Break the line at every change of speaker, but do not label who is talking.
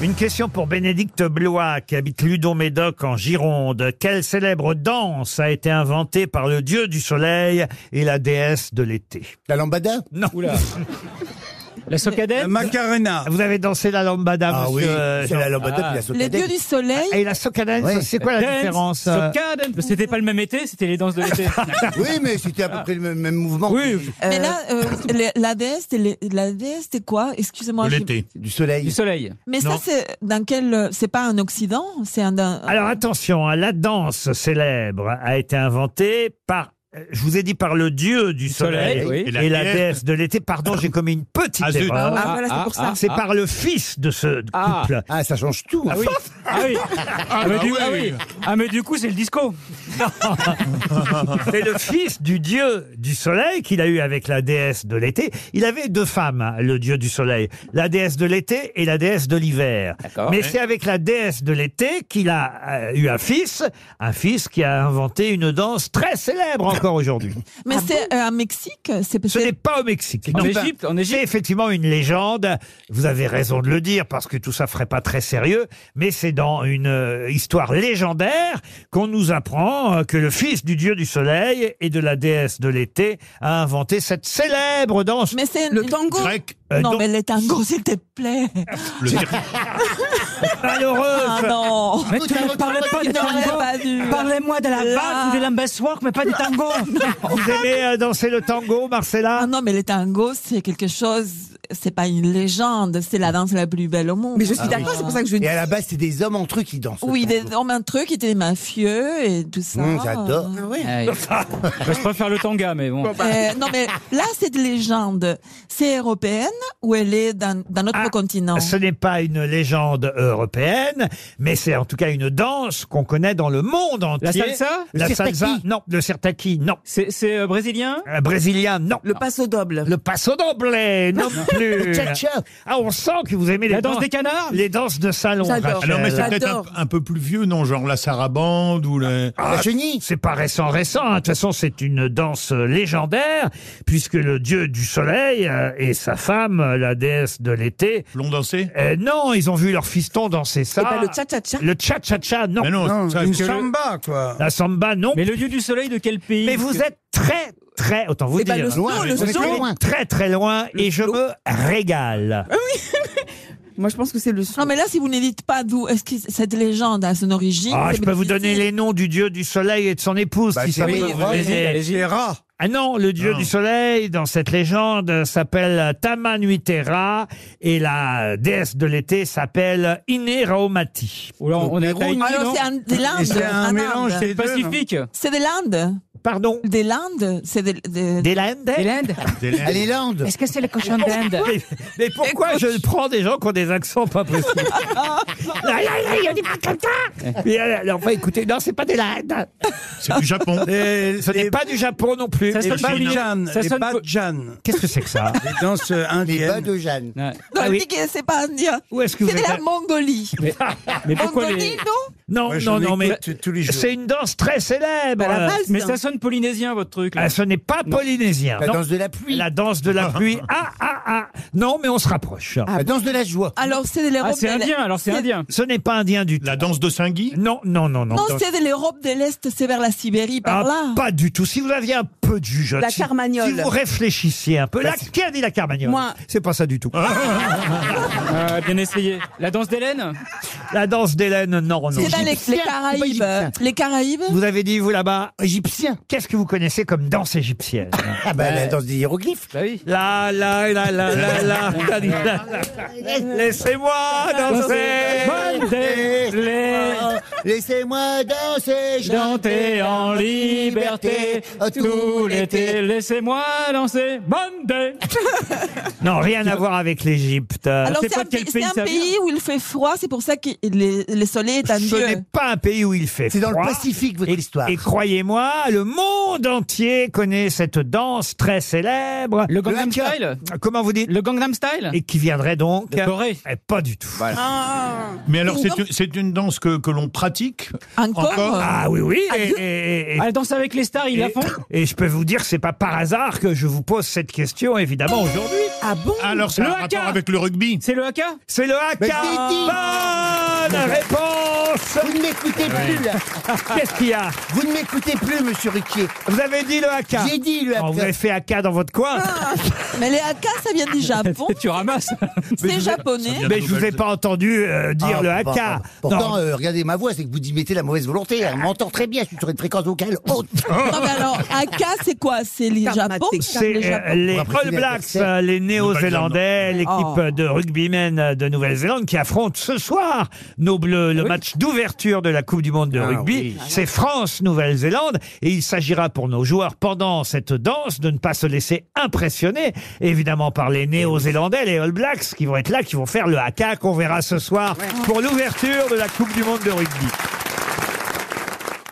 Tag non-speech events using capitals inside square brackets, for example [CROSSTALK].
Une question pour Bénédicte Blois, qui habite Ludon-Médoc en Gironde. Quelle célèbre danse a été inventée par le dieu du soleil et la déesse de l'été
La lambada
Non.
La socadette
Macarena.
Vous avez dansé la lambada,
Ah oui,
monsieur euh,
c'est la lambada puis la
Les dieux
socadelle.
du soleil.
Et la socadette,
Ouais.
c'est quoi la
Dance,
différence euh,
soca, dance. C'était pas le même été, c'était les danses de l'été.
Oui, mais c'était à peu près le même, même mouvement.
[LAUGHS] oui,
Ah,
Mais là, euh, les- la déesse, c'est les- la déesse, c'est quoi Excusez-moi. j'ai-
Du soleil.
du soleil.
Mais
Non.
ça, c'est dans quel euh, C'est pas un Occident, c'est un. d'un-
Ah,
Alors attention, hein, la danse célèbre a été inventée par, euh, je vous ai dit par le dieu du soleil,
soleil, oui.
et, la, déesse de l'été. Pardon, j'ai commis une petite
Ah, zut.
erreur.
Ah, voilà, c'est pour ça.
C'est par le fils de ce couple.
Ah.
Ah, ça change tout.
Ah oui. Ah oui. Ah, mais du, ah oui. Ah, mais du coup, c'est le disco.
C'est le fils du dieu du soleil qu'il a eu avec la déesse de l'été. Il avait deux femmes, hein, le dieu du soleil. La déesse de l'été et la déesse de l'hiver.
D'accord.
Mais c'est avec la déesse de l'été qu'il a euh, eu un fils. Un fils qui a inventé une danse très célèbre encore aujourd'hui.
Mais
ah
c'est euh, un Mexique. C'est
Ce n'est pas au Mexique.
En
Non. bah,
Égypte, en
C'est
Égypte.
effectivement une légende. Vous avez raison de le dire parce que tout ça ferait pas très sérieux, mais c'est dans une euh, histoire légendaire qu'on nous apprend euh, que le fils du dieu du soleil et de la déesse de l'été a inventé cette célèbre danse.
Mais c'est
Le tango.
grec,
Euh,
non,
donc-
mais les tangos, [LAUGHS] s'il te plaît.
le cirque.
[LAUGHS] malheureuse. [LAUGHS]
Ah non.
Mais tu ne parlais pas de
Non, j'aurais
tango.
pas dû.
Parlez-moi de la
bah, Là.
base, de l'ambassoir, mais pas du tango.
Vous aimez euh, danser le tango,
Ah
Marcella
non, mais les tangos, c'est quelque chose. C'est pas une légende. C'est la danse la plus belle au monde. Ah,
Mais je suis d'accord, c'est pour ça que je
Ah
dis.
Et à la base, c'est des hommes entre eux qui dansent.
Oui, des hommes un truc, étaient mafieux et tout ça.
Mmh, j'adore.
Euh,
Bah, je préfère le tanga, mais bon.
Euh, non, mais là, c'est une légende. C'est européenne ou elle est dans, dans notre
Ah,
continent
Ce n'est pas une légende européenne, mais c'est en tout cas une danse qu'on connaît dans le monde
La
entier.
salsa,
La
Le
salsa,
sirtaki.
non. Le sertaki, non.
c'est c'est, euh, brésilien.
Euh, brésilien, non.
Le passo doble.
Le passo doble, non
[LAUGHS]
plus.
Cha-cha.
Ah, on sent que vous aimez les
La danse
danses,
des canards.
les danses de salon.
J'adore.
Rachel.
Alors, mais c'est peut-être un,
J'adore.
un peu plus vieux, non Genre la sarabande ou le.
La chenille.
C'est pas récent, récent. hein. De toute façon, c'est une danse euh, légendaire, puisque le dieu du soleil euh, et sa femme, euh, la déesse de l'été,
L'on dansé
euh, non, ils ont vu leur fiston danser ça.
Et pas Eh ben, le tcha-tcha-tcha.
ben, Le cha-cha-cha, non.
Mais non,
Non,
Oh, ça-
une
que-
samba, quoi.
La samba, non. Mais,
Mais le dieu du soleil de quel pays
vous êtes très, très, autant vous
Eh ben,
dire,
le slow, le
on est très
slow.
loin.
très, très loin, et je
slow.
me régale.
Moi, je pense que c'est le
Non,
slow.
mais là, si vous n'éditez pas d'où est-ce que cette légende a son origine.
Ah, je
c'est
peux vous
difficile.
donner les noms du dieu du soleil et de son épouse.
Bah,
si
c'est
ça
oui,
peut vous
allez-y,
aider.
Les rats.
Ah non, le dieu
Non.
du soleil dans cette légende euh, s'appelle euh, Tamanuitera et la euh, déesse de l'été s'appelle Ineraomati.
Oh là, on est à Tahiti,
Alors,
non
Ah, c'est un- des
Et
Landes.
c'est un
en
mélange
Inde.
des deux,
Pacifique.
C'est des Landes.
Pardon
Des Landes. C'est des. des-
Des Landes
L'Inde.
des lèvres.
Allez, Lande.
que c'est le cochon d'Inde
mais, mais pourquoi je prends des gens qui ont des accents pas possibles
[LAUGHS]
Là, là, là, il y a des pas comme ça Mais, euh, alors, enfin, écoutez, non, c'est pas des Landes.
C'est du Japon.
des-
Ce n'est
des-
pas du Japon non plus.
Ça
des
sonne pas
Badjans,
Ça
des
sonne pas-
Badjans,
Qu'est-ce que c'est que ça
des danses euh,
Les bas
indiennes.
de Jeanne.
Non,
Ah oui.
je dis que c'est pas indien.
Où est-ce que vous
C'est de la
êtes
Mongolie.
Mais pourquoi
Mongolie,
les...
non
Non,
Moi,
non,
j'en
non, mais
écoute tous les jours.
c'est une danse très célèbre.
Bah, la
Euh,
base,
Mais
hein.
ça sonne polynésien, votre truc. là.
Ah, ce n'est pas polynésien.
La
Non.
danse de la pluie.
La danse de la pluie. Ah, ah, ah. Non, mais on se rapproche.
La danse de la joie.
Alors, c'est de l'Europe.
Ah, c'est
de l'Est.
indien, alors c'est indien.
Ce n'est pas indien du tout.
La danse de Singui
Non, non, non, non.
Non, c'est de l'Europe de l'Est. C'est vers la Sibérie,
Ah,
par là.
pas du tout. Si vous aviez un peu de jugeote,
La
si,
Carmagnole.
si vous réfléchissiez un peu, la, qui a dit la Carmagnole
Moi.
C'est pas ça du tout.
Ah, bien essayé. La danse d'Hélène
La danse d'Hélène, non, non.
C'est dans
Égyptien,
les, les
c'est pas
Caraïbes.
égyptien.
Les Caraïbes.
Vous avez dit, vous là-bas,
Égyptien.
qu'est-ce que vous connaissez comme danse égyptienne
Ah, bah, la danse des hiéroglyphes.
Bah oui.
La, la, la, la, la, la, la, la, la. Laissez-moi
Ah,
danser
les
Laissez-moi danser, je
Danter en liberté, tout l'été, laissez-moi danser. Monday
Non, rien à voir avec l'Égypte.
Alors
Euh, c'est
c'est
pas
un,
de quel
pays,
pays
c'est un
ça vient.
pays où il fait froid, c'est pour ça que le, le soleil est un
Ce
dieu.
n'est pas un pays où il fait
C'est dans le
froid.
Pacifique, votre
Et,
histoire.
et croyez-moi, le monde entier connaît cette danse très célèbre. Euh,
Le Gangnam
haka.
Style
Comment vous dites
Le Gangnam Style
Et qui viendrait donc
De Corée.
Eh, Pas du tout.
Mais alors, c'est
Non.
une, c'est une danse que, que l'on pratique
Encore,
Encore
Ah oui, oui. Et,
Adieu.
et- et-
Ah, la danse avec les stars, ils la
et-
font
et je peux vous dire que c'est pas par hasard que je vous pose cette question, évidemment, aujourd'hui.
Ah bon
Alors, c'est
Le
un
haka.
rapport avec le rugby.
C'est le haka
C'est le
Mais
haka.
je l'ai dit.
Bonne réponse.
Vous ne m'écoutez plus, là.
Qu'est-ce qu'il y a
Vous ne m'écoutez plus, monsieur Riquier.
Vous avez dit le haka.
J'ai dit le
Oh, vous avez
haka.
fait haka dans votre coin.
Mais les haka, ça vient
[LAUGHS]
du Japon,
Tu ramasses.
c'est japonais.
Mais je vous ai pas entendu euh, dire
Ah,
le
bah,
haka.
bah, Pourtant,
Non.
euh, regardez ma voix, c'est que vous y mettez la mauvaise volonté. Elle m'entend très bien, je suis sur une fréquence vocale haute.
Non, mais alors, haka, c'est quoi C'est les
Kamaté.
Japon
C'est
les
euh,
Japonais.
les
Pour apprécier
All
la
Blacks,
personne.
euh, les Néo-Zélandais, l'équipe euh,
Oh.
de rugbymen euh, de Nouvelle-Zélande qui affronte ce soir nos Bleus. Le match d'ouverture de la Coupe du Monde de
Ah
rugby, c'est France-Nouvelle-Zélande. Et il s'agira pour nos joueurs, pendant cette danse, de ne pas se laisser impressionner, évidemment, par les Néo-Zélandais, les All Blacks qui vont être là, qui vont faire le haka qu'on verra ce soir pour l'ouverture de la Coupe du Monde de rugby.